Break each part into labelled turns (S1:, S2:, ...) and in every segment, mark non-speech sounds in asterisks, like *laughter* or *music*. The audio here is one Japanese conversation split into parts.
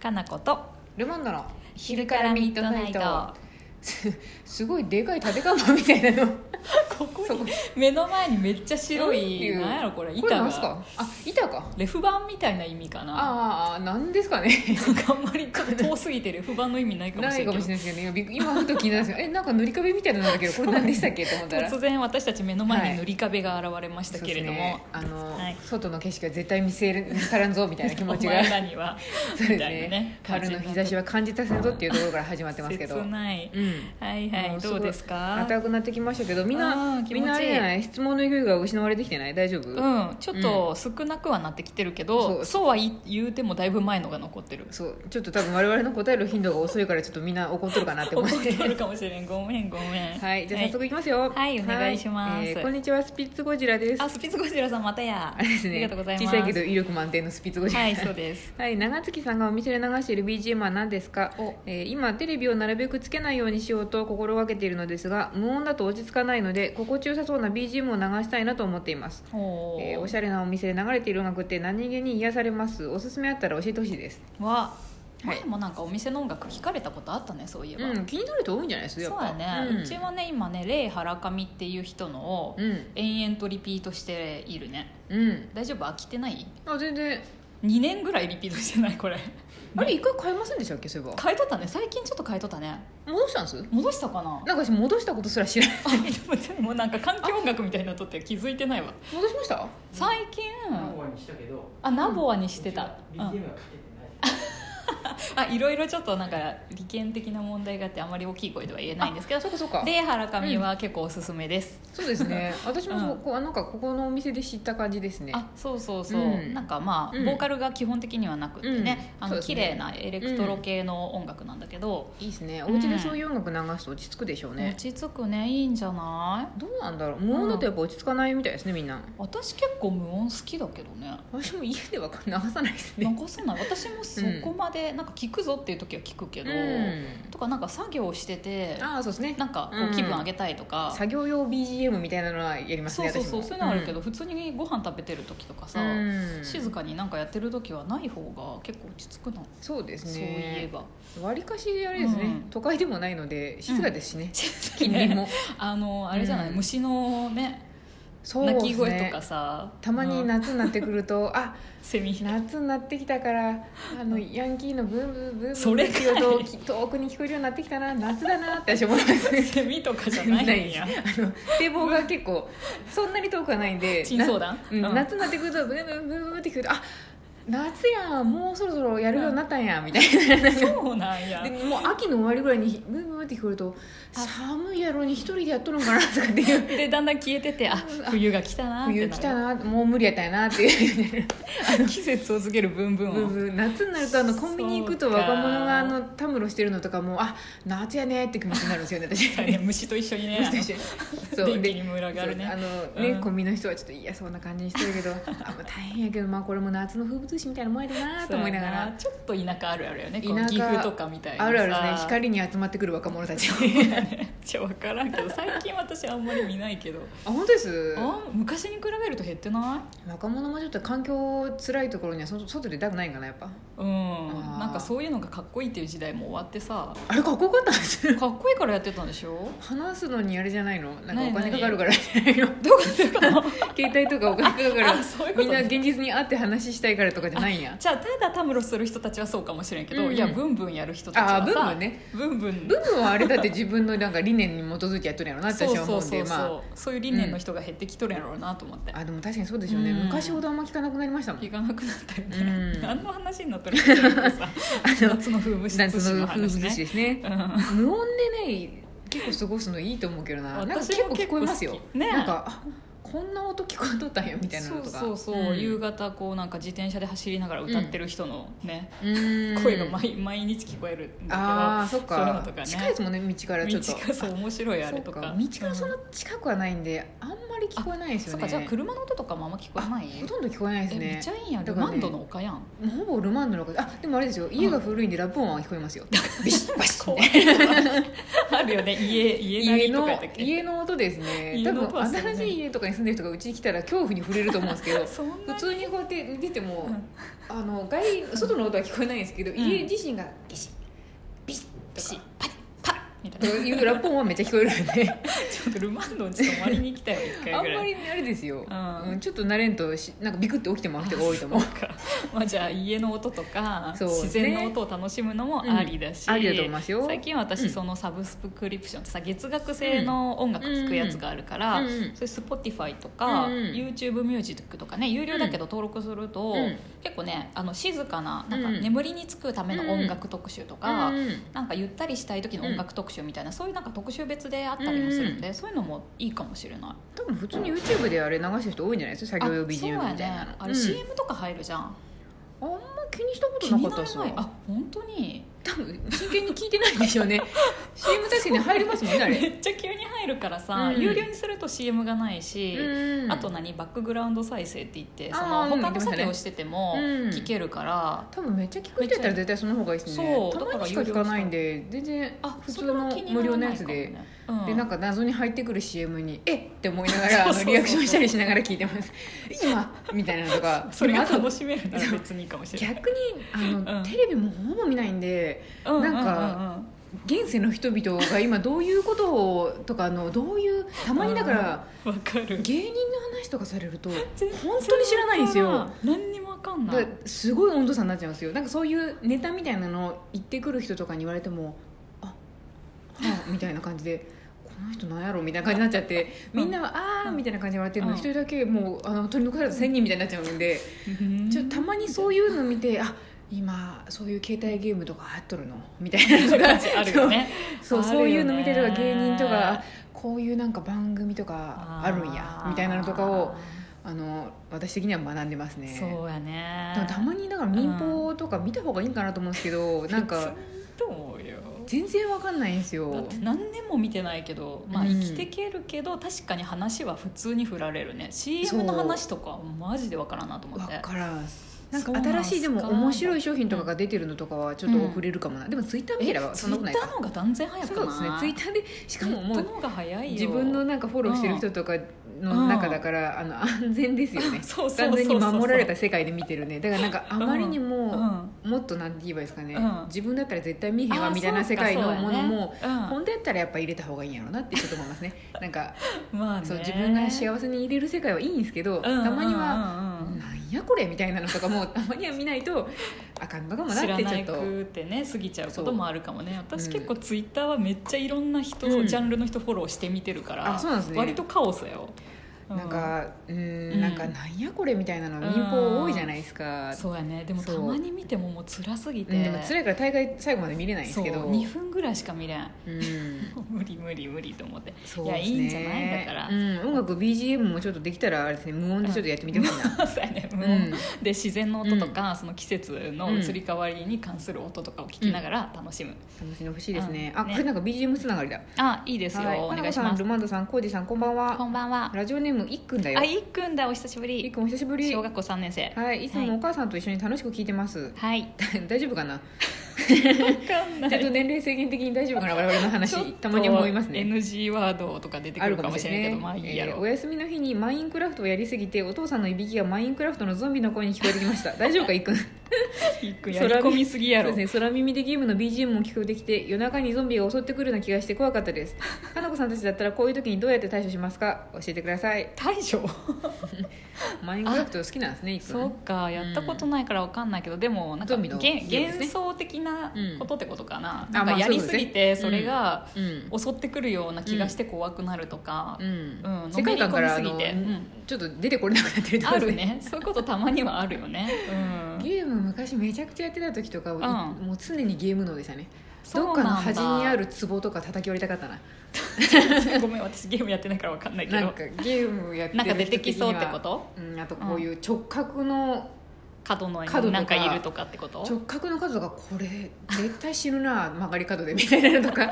S1: かなこと
S2: ルマンドの
S1: 昼からミッドナイト
S2: すすごいでかい縦看板みたいなの
S1: *laughs* ここ
S2: そこ
S1: 目の前にめっちゃ白い
S2: うん
S1: なんやろこれ
S2: これ
S1: 板
S2: なんす
S1: が
S2: かあ板か
S1: レフ板みたいな意味かな
S2: あーあーなんですかね
S1: なんかあんまりちょっと遠すぎてレフ板の意味ない *laughs* かも
S2: な
S1: しれ
S2: い
S1: ない
S2: か
S1: け
S2: もし
S1: ど
S2: れないですけどね今びっく今ふと気になるんですけどえなんか塗り壁みたいなのだけどこれ何でしたっけと思
S1: *laughs*
S2: ったら
S1: 突然私たち目の前に塗り壁が現れましたけれども、
S2: そうですねあの、
S1: はい
S2: 外の景色は絶対見せる見たらんぞみたいな気持
S1: *laughs*
S2: ち
S1: お
S2: が
S1: 前らには
S2: *laughs*
S1: み
S2: そうです
S1: たいなね
S2: ね春の日差しは感じたせんぞっていうところから始まってますけど
S1: 切ない、
S2: うん
S1: はいは
S2: も
S1: いう
S2: す
S1: ど
S2: ごいう
S1: ですか
S2: 暖かくなってきましたけどみん
S1: あー
S2: な
S1: 気持ちいい
S2: みんなあれじゃない質問の勢いが失われてきてない大丈夫、
S1: うん、ちょっと少なくはなってきてるけど、
S2: そう
S1: そうは言うてもだいぶ前のが残ってる
S2: そうちょっと多分我々の答える頻度が遅いからちょっとみんな怒っとるかなって
S1: 怒
S2: 思
S1: *laughs* っ
S2: って
S1: てるかもしれんごめんごめん
S2: はいじゃあ早速いきますよ
S1: はいお願いします
S2: えーこんにちはスピッツゴジラです
S1: あスピッツゴジラさんまたや
S2: あれですね
S1: ありがとうございます
S2: 小さいけど威力満点のスピッツゴジラ、
S1: はいそう
S2: *laughs*
S1: です
S2: はい、長月さんがお店で流している BGM は何ですか
S1: お、
S2: えー今テレビをなるべくつけないようにしようと心がけているのですが無音だと落ち着かないので心地よさそうな BGM を流したいなと思っています
S1: お
S2: えーおし
S1: ゃ
S2: ゃれなお店で流れている音楽って何気に癒されますおすすめあったら教えてほしいです
S1: は
S2: は
S1: 前
S2: い
S1: もなんかお店の音楽聞かれたことあったねそういえば、
S2: うん気になる人多いんじゃないです
S1: そうやね、うちはね今ねレイ・ハラカミっていう人のを
S2: うん
S1: 延々とリピートしているね
S2: うん
S1: 大丈夫飽きてない
S2: あ全然
S1: 2年ぐらいリピートしてない
S2: *laughs*
S1: これ
S2: あれ一回買えませんでしたっけそういえば
S1: 変えとったね最近ちょっと変えとったね
S2: 戻したんす
S1: 戻したかな
S2: なんか私戻したことすら知らない
S1: あでもでもなんか環境音楽みたいになっとって気づいてないわ
S2: 戻しま *laughs* した
S1: 最近
S3: 何本にしたけど、
S1: あナボアにしてた、うん
S3: BGM はかけてない。
S1: あいろいろちょっとなんか利権的な問題があってあまり大きい声では言えないんですけど
S2: そうかそうか
S1: で原上は結構おすすめです、
S2: そうです
S1: *laughs*
S2: ね私もそううこうあなんかここのお店で知った感じですね
S1: あそうそうそう、
S2: うん
S1: なんかまあ、
S2: うん
S1: ボーカルが基本的にはなくってね、
S2: うん
S1: あ
S2: そ
S1: の
S2: うです
S1: 綺
S2: ね
S1: 麗なエレクトロ系の音楽なんだけど、
S2: いいですねお
S1: うん
S2: 家でそういう音楽流すと落ち着くでしょうね
S1: 落、ち着くねいいんじゃない
S2: どうなんだろう無音だとやっぱ落ち着かないみたいですねみんな
S1: 私結構無音好きだけどね
S2: 私も家では流さないですね
S1: 流さない私もそこまでなんか聞くぞっていう時は聞くけ
S2: う
S1: ど、
S2: ん
S1: とかなんか作業してて
S2: ああそうですね
S1: なんかこ
S2: う
S1: うん気分上げたいとか、
S2: 作業用 BGM みたいなのはやります
S1: そう
S2: ね
S1: そう
S2: 私
S1: そう
S2: も
S1: そういうのはあるけど、普通にご飯食べてる時とかさ、
S2: うん
S1: 静かになんかやってる時はない方が結構落ち着くの、
S2: そうです
S1: そういえ
S2: ね
S1: ば
S2: わりかしあれですね、
S1: うん
S2: 都会でもないので静かですしね、
S1: 近
S2: 近隣も、
S1: *laughs* あのあれじゃない、
S2: うん
S1: 虫のね
S2: そう
S1: 鳴
S2: です
S1: き
S2: ね
S1: 声とかさ、
S2: たまに
S1: うん
S2: 夏になってくると、 *laughs* あ
S1: セミ *laughs*
S2: 夏になってきたからあのヤンキーのブンブンブン
S1: そ
S2: ブン
S1: れ
S2: っ
S1: かい
S2: ていう音をき遠くに聞こえるようになってきたな夏だなって私思います
S1: *laughs* セミとかじゃないんや
S2: ですあの堤防が結構そんなに遠くはないんで
S1: 珍相談
S2: うん
S1: うん
S2: 夏になってくるとブンブンブンブンって聞くとあ夏やんもうそろそろやるようになったんやみたいな
S1: そうなんや
S2: でもう秋の終わりぐらいにブンブンって聞こえると寒いやろに一人でやっとるのかなとかっていう
S1: でだんだん消えててあ冬が来たなーって
S2: 冬
S1: な
S2: 来
S1: る
S2: たなもう無理やったんやなっていう
S1: *laughs* 季節を告げるブンブンを
S2: ブンブン夏になるとあのコンビニ行くと若者があ
S1: そ
S2: のたむろしてるのとかもあ夏やねって気持ちになるんですよね私
S1: そうやね虫と一緒に
S2: *laughs*
S1: ねあ *laughs* の
S2: そう
S1: 電気
S2: で
S1: に群がるね
S2: そうあのね、
S1: うん
S2: コンビニの人はちょっと嫌そうな感じにしてるけ
S1: *laughs*
S2: どあまあ大変やけどまあこれも夏の風物詩みたいなもんやでなと思いながら
S1: ちょっと田舎あるあるよね
S2: 田
S1: こう
S2: 舎
S1: 岐阜とかみたいな
S2: あるあるですね
S1: さ *laughs*
S2: 光に集まってくる若者たち
S1: じゃ分からんけど最近私あんまり見ないけど
S2: あ本当です
S1: あ昔に比べると減ってな
S2: 若者もちょっと環境辛いところにはそ外出たくないんかなやっぱ
S1: いうん
S2: ー
S1: なんかそういうのがかっこいいっていう時代も終わってさ
S2: あれかっこよかったんですよ
S1: かっこいいからやってたんでしょ
S2: 話すのにあれじゃないのなんか
S1: 何
S2: お金かかるからじゃないの
S1: どういうこと
S2: *laughs* 携帯とかお金かかるか
S1: あ
S2: ら
S1: そういうこと
S2: みんな現実に会って話したいからとかじゃないんや
S1: じゃあただたむろする人たちはそうかもしれんけど、
S2: うんうん
S1: いやブンブンやる人たちはさ
S2: あーブンブンね
S1: ブンブン
S2: ブ分はあれだって自分のなんか理念に基づいてやっとるんやろなって
S1: そう
S2: 私は
S1: そ
S2: 思
S1: う
S2: うんで
S1: そうそう、
S2: ま
S1: そういう理念の人が減ってきとるやろうなと思って、
S2: ああでも確かにそうでしょうね
S1: うん
S2: 昔ほどあんま聞かなくなりましたもん
S1: 行かなくなったよね、
S2: うん
S1: 何の話になっとるか知
S2: *laughs*
S1: らんけどさ夏の風物詩
S2: 夏の
S1: の
S2: 風物
S1: 話
S2: 詩
S1: ね
S2: ですね
S1: うん
S2: 無音でね結構過ごすのいいと思うけどななんか
S1: 私
S2: 結
S1: も
S2: 構聞こえますよ
S1: 結構好きね
S2: なんかあこんな音聞こえとったんやみたいなのとか
S1: そうそうそう、
S2: ん
S1: 夕方こうなんか自転車で走りながら歌ってる人のね、
S2: うん
S1: 声が毎 *laughs* 毎日聞こえるん
S2: あ
S1: だ
S2: あそっ
S1: そういう
S2: か
S1: のとかね
S2: 近いですもんね道か
S1: け
S2: らち
S1: ど
S2: ょっと
S1: 道がそう面白いあ
S2: そ
S1: れ
S2: う
S1: と
S2: か
S1: か
S2: 道からそん
S1: う
S2: なん近くはないんで、あんまり聞こえないで
S1: そ
S2: すよ
S1: っ
S2: ね
S1: かじゃあ車の音とかもあんま聞こえない
S2: ほとんど聞こえないです
S1: えめ
S2: ね
S1: っちゃいいやん
S2: だ
S1: ル
S2: からね
S1: マンドの丘やん *laughs*
S2: もうほぼルマンドのことあでもあれですよ家が古いんでラップ音は聞こえま
S1: *laughs*
S2: すよビシッバシッ
S1: 怖い
S2: みたいな
S1: あるよね家家な
S2: 家
S1: りとかや
S2: の
S1: ったっけ
S2: 家の音ですね
S1: 家
S2: 多
S1: の音は
S2: 分
S1: そうね
S2: 新しい家とかに住んでる人がうちに来たら恐怖に触れると思うんですけ
S1: *laughs*
S2: ど
S1: そん
S2: 普
S1: な
S2: 通にこうやって寝てても、
S1: うん
S2: あの外外の音は聞こえないんですけど、
S1: ん
S2: 家自身がギシッビシ
S1: ピ
S2: ッ
S1: シ
S2: と
S1: ッ
S2: か
S1: パリパリみたい
S2: と
S1: な
S2: いうラップ音はめっちゃ聞こえるん
S1: *laughs*
S2: で
S1: ちょっとルマンドンちょっと泊まりに来たよ一回
S2: あん
S1: ぐら
S2: ま
S1: い
S2: りあれですよ、
S1: うん
S2: うんちょっと慣れんとしなんかビクッて起きてもらう人が多いと思
S1: *laughs*
S2: う
S1: そうかまあじゃあ家の音とか、
S2: そうですね
S1: 自然の音を楽しむのもありだし、
S2: うんありだと思いますよ
S1: 最近
S2: う
S1: 私
S2: ん
S1: そのサブスクリプションってさ月額制の音楽聴くやつがあるから、
S2: うんうん
S1: そういう Spotify とか、
S2: うんうん
S1: YouTube ミュージックとかね有料だけど登録すると、
S2: うん
S1: 結構ねあの静かななんか
S2: うん
S1: 眠りにつくための音楽特集とか、
S2: うん
S1: なんかゆったりしたい時の音楽特集みたいな、そういうなんか特集別であったりもするんで、そういうのもいいかもしれない
S2: 多分普通に YouTube であれ流してる人多いんじゃないですか作業用 BGM みたい
S1: あ
S2: な
S1: そうやねあれ
S2: うん
S1: CM とか入るじゃん、
S2: あんま気にしたこ
S1: 気
S2: とな
S1: に
S2: か
S1: な
S2: っ
S1: ら
S2: た
S1: な
S2: っ
S1: い
S2: すわ
S1: あ本当に
S2: 多分真剣に聞いてないんでしょう *laughs* ね CM 確かに入りますもんねあ
S1: め
S2: れ
S1: っちゃ急に入るからさ、
S2: うん
S1: 有料にすると CM がないし、
S2: うん
S1: あと何バックグラウンド再生って言ってそ
S2: あ
S1: の
S2: ーうん
S1: 他の作業をしてても
S2: うん
S1: 聞けるから、
S2: 多分めっちゃ聞く人やったら絶対その方がいいですね
S1: そう
S2: た
S1: だか
S2: ま
S1: ら
S2: にしか聞かないんで全然
S1: あ
S2: 普
S1: そ
S2: 通
S1: れは
S2: の
S1: 気に
S2: 無
S1: な
S2: 料
S1: ら
S2: の
S1: ない
S2: や
S1: か
S2: つ
S1: も
S2: で
S1: ね、うん
S2: でなんか謎に入ってくる CM に「えっ!」って思い *laughs* ながらあ
S1: そうそうそう
S2: のリアクションしたりしながら聞いてます「今!」みたいなのとか *laughs*
S1: それ
S2: で
S1: が
S2: もあと
S1: 楽しめるなら別にいいかもしれない
S2: 逆にあの、
S1: うん
S2: テレビもほぼ見ないんで
S1: うん
S2: なんか
S1: うんうんうん
S2: 現世の人々が今どういうことをとかあのどういうたまにだから
S1: わかる
S2: 芸人の話とかされると
S1: 全然
S2: 本当に知らないんですよ
S1: 何にもわかんな
S2: だ
S1: い
S2: からすごい温度差になっちゃうんですよなんかそういうネタみたいなのを言ってくる人とかに言われても「あは
S1: *laughs*
S2: あ」みたいな感じで「この人なんやろ」みたいな感じになっちゃってみんなは「ああ」みたいな感じで言われてるの
S1: うん
S2: に一人だけもうあの取り残された1000人みたいになっちゃうんで
S1: うん
S2: ちょっとたまにそういうの見て「あ今そういう携帯ゲームとか流行っとるの」みたいなのが
S1: あるよね
S2: *laughs* そう
S1: あ
S2: そ
S1: るよね
S2: うそういうの見てるとか芸人とかあこういうなんか番組とかあるんやみたいなのとかをあの私的には学んでますね
S1: そうやね
S2: でもたまにだから民放とか見た方がいいんかなと思うんですけど、な
S1: *laughs*
S2: んか
S1: と思うよ
S2: 全然わかんないんですよ
S1: だって何年も見てないけど、まあ、
S2: う
S1: 生
S2: ん
S1: きてけるけど、確かに話は普通に振られるね
S2: そう
S1: CM の話とかマジでわからんなと思
S2: わ
S1: って
S2: からんなん
S1: そ
S2: か
S1: うなんすか
S2: 新しいでも面白い商品とかが出てるのとかはちょっと遅れるかもな、でもツイッター見
S1: え
S2: たらそ
S1: ツ
S2: ん
S1: イッ
S2: なことない
S1: ターの
S2: か
S1: 方が断然早く
S2: そうですね
S1: ない
S2: ツイッターでしかもも
S1: ツイッ
S2: う
S1: ターの方が早いよ
S2: 自分のなんかフォローしてる人とかの中だから、あの安全ですよね
S1: *laughs* そうそうそうそう
S2: 完全に守られた世界で見てるねだからなんかあまりに
S1: うん
S2: も、
S1: あ
S2: もっとなんて言えばいいですかね、
S1: うん
S2: 自分だったら絶対見へんわ
S1: ー
S2: みたいな世界のものも、
S1: そうかそうやね
S2: 本当やったらやっぱ入れた方がいいんやろうなってちょっと思いま
S1: *laughs*
S2: すねなんか
S1: うんまあね
S2: そう自分が幸せに入れる世界はいいんですけど、
S1: うんうんうんうん
S2: たまには、なんやこれみたいなのとかもたまには見ないとあかんのかもなっ
S1: 知ら
S2: て
S1: な
S2: ちょっ
S1: い
S2: と
S1: くってね過ぎちゃうこともあるかもね私
S2: うん
S1: 結構ツイッターはめっちゃいろんな人、
S2: うん
S1: ジャンルの人フォローしてみてるから
S2: あそうなんですね
S1: 割とカオスよ、う
S2: なんかうん
S1: ん
S2: なんかなんやこれみたいなの民放多いじゃないですか、
S1: そうやねでも
S2: そう
S1: たまに見てももう辛すぎて、
S2: うんでも辛いから大概最後まで見れないんです
S1: そう
S2: けど
S1: 2分ぐらいしか見れん *laughs*
S2: うん
S1: 無理無理無理と思って
S2: そう
S1: いや
S2: ですね
S1: いいんじゃないだから
S2: うん、音楽 BGM もちょっとできたらあれですね無音でちょっとやってみてほしいな、
S1: そうやね、
S2: うん
S1: で自然の音とか、その季節の移り変わりに関する音とかを聞きながら *laughs* 楽しむ、
S2: 楽しんでほしいですね、
S1: うん
S2: あこれなんか BGM つながりだ
S1: あいいですよ、
S2: はい
S1: お願いし
S2: 花子さ
S1: ま
S2: ん
S1: す
S2: ルマンドさんコージさんこんばんは
S1: こんばんは
S2: ラジオネームいっくんだよ
S1: あいっくんだお久しぶ
S2: いっ
S1: り
S2: くんお久しぶり
S1: 小学校3年生
S2: はいいつもお母さんと一緒に楽しく聞いてます、 *laughs*
S1: はい
S2: 大丈夫かな
S1: 分かん
S2: ちょっと年齢制限的に大丈夫かな我々の
S1: ちょっ *laughs* と
S2: 話たまに思いますね
S1: NG ワードとか出てくるかもしれないけどまあいいや
S2: えー
S1: ろ、
S2: お休みの日にマインクラフトをやりすぎてお父さんのいびきがマインクラフトのゾンビの声に聞こえてきました大丈夫かいっくん
S1: いっくんやり込みすぎやろ
S2: そうですね空耳でゲームの BGM も聞こえてきて夜中にゾンビが襲ってくるような気がして怖かっ
S1: *laughs*
S2: たです花子さんたちだったらこういう時にどうやって対処しますか教えてください
S1: 大将
S2: マインクラフト好きなんですねいっくん
S1: そうかやったことないからわかんないけど、でもなんか
S2: ゾンビの
S1: げん
S2: ゲームですね
S1: 幻想的なことってことかな、
S2: うん
S1: なん
S2: あま
S1: か
S2: あ
S1: やりすぎて
S2: そ
S1: そう
S2: で
S1: れ
S2: すね
S1: が
S2: うん
S1: 襲ってくるような気がして怖くなるとか、
S2: うん
S1: うん
S2: 世界観からあ
S1: の
S2: の
S1: めり込みすぎてうん
S2: ちょっと出てこれなくなってるとこ
S1: あ
S2: ろです
S1: る
S2: *laughs*
S1: ねそういうことたまにはあるよね、うん、
S2: ゲーム昔めちゃくちゃやってた時とか、
S1: ん
S2: もう常にゲーム脳でしたね
S1: そう
S2: ど
S1: な
S2: っ
S1: ん
S2: か
S1: だ
S2: の端にある壺とか叩き割りたかったな
S1: *laughs* ごめん私ゲームやってないからわかんないけど
S2: なんかゲームやってる人的には
S1: なんか出てきそうってこと
S2: うん、あとこういう直角の、
S1: 角の絵
S2: 角
S1: に
S2: とか
S1: なんかいるとかってこと
S2: 直角の角がこれ絶対死ぬな曲がり角でみたいなのと
S1: *laughs*
S2: か、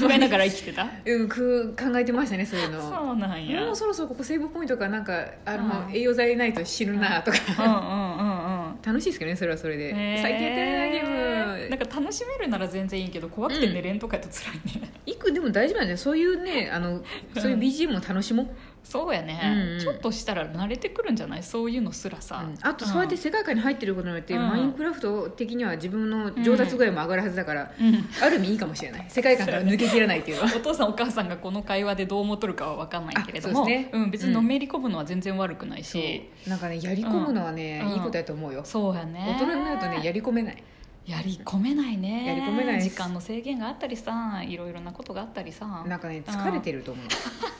S1: 考えながら生きてた
S2: うん、く考えてましたね *laughs* そういうの
S1: そうなんや
S2: もうそろそろここセーブポイントかなんかあの、
S1: うん
S2: 栄養剤ないと死ぬなとか、
S1: うんうんうんうん
S2: 楽しいですけどねそれはそれで、最近やってないなゲーム
S1: なんか楽しめるなら全然いいけど怖くて寝れんとかやと辛いね、
S2: いくでも大丈夫なんじゃないそういうねあのそういう BGM を楽しもう
S1: そうやね、
S2: うんうん
S1: ちょっとしたら慣れてくるんじゃないそういうのすらさ、
S2: うんあとそうやって世界観に入ってることによって、
S1: うん
S2: マインクラフト的には自分の上達具合も上がるはずだから、
S1: うん、うん
S2: ある意味いいかもしれない世界観から抜けきらないっていうのは
S1: お父さんお母さんがこの会話でどう思っとるかは分かんないけれども
S2: あそうですね
S1: ん、別にのめり込むのは全然悪くない
S2: そ
S1: し、
S2: うなんかねやり込むのはね、
S1: うん
S2: いいことやと思うよ、
S1: そうやね
S2: 大人になるとねやり込めない
S1: やり込めないね
S2: やり込めないです
S1: 時間の制限があったりさいろいろなことがあったりさ
S2: なんかね疲れてると思う、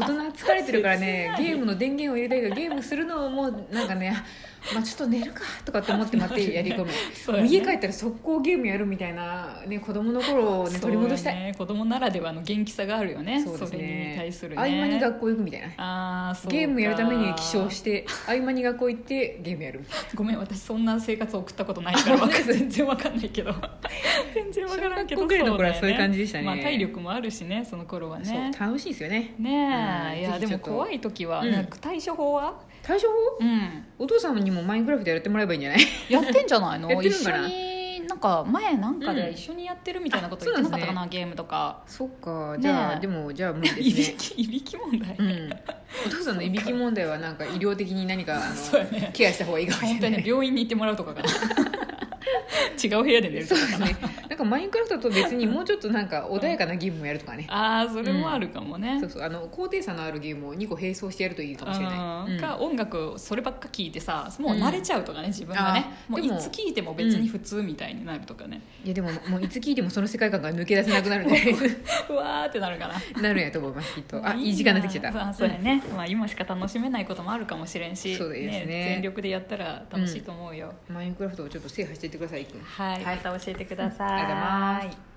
S2: 大人は疲れてるから
S1: *laughs*
S2: ね
S1: 切ない
S2: ゲームの電源を入れたいからゲームするのをもうなんかね、まあ、ちょっと寝るかとかって思ってまってやり込む、
S1: *laughs* そうや
S2: もう
S1: ね
S2: 家帰ったら速攻ゲームやるみたいな、ね、子供の頃を、ね、取り戻した
S1: そう
S2: い
S1: やね、子供ならではの元気さがあるよね
S2: そうですね
S1: れに対するね
S2: 合間に学校行くみたい
S1: あ
S2: な
S1: ーそうか
S2: ゲームやるために起床して合間に学校行ってゲームやるみたいな
S1: ごめん私そんな生活を送ったことないからわか *laughs* 全然わかんないけど全然わからんけど
S2: 小学校ぐらいの頃はそういう感じでしたね
S1: まあ、体力もあるしねその頃はね
S2: そう楽しいですよね
S1: ねえ、
S2: うん
S1: いやで
S2: ぜひちょ
S1: も
S2: っと
S1: 怖い時は、
S2: うん
S1: なんか対処法は
S2: 対処法
S1: うん
S2: お父さんにもマインクラフトやってもらえばいいんじゃ *laughs* ない
S1: やってんじゃないの
S2: やってるんかな
S1: 一緒になんか前なんか
S2: う
S1: で
S2: ん
S1: 一緒にやってるみたいなこと言ってなかったかな、ゲームと *laughs* か
S2: そっかじゃあ、
S1: ねえ
S2: でもじゃあ無
S1: い
S2: 理
S1: び *laughs*
S2: ですね
S1: きいびき問題、
S2: うん、お父さんのいびき問題はなんか医療的に何かあ
S1: *laughs* そうや
S2: の、
S1: ね
S2: ケアした方がいいかもし
S1: 本当
S2: れ
S1: に
S2: な
S1: ね
S2: い
S1: 病院に行ってもらうとかか *laughs* な違う部屋で寝る
S2: そ
S1: と
S2: う
S1: か
S2: ですねなんかマインクラフトと別にもうちょっとなんか穏やかなゲームをやるとかね、
S1: ああそれもあるかもね、
S2: そうそうあの高低差のあるゲームを2個並走してやるといいかもしれない、
S1: う
S2: うんん
S1: か音楽そればっか聞いてさもう慣れちゃうとかね、自分がね
S2: あー
S1: もう
S2: で
S1: い
S2: も
S1: つ聞いても別に普通みたいになるとかね、
S2: いやでももういつ聞いてもその世界観が抜け出せなくなるんで
S1: うわーってなるから
S2: *laughs* なるんやと思いますきっとあ
S1: もう
S2: いい時間になってきちゃった
S1: あそうやね、まあ、今しか楽しめないこともあるかもしれんし
S2: そうですね
S1: 全力でやったら楽しいと思うよ、
S2: マインクラフトをちょっと制覇していってくださいいっくん
S1: はい、
S2: はい
S1: また教えてください、
S2: ありがとうございます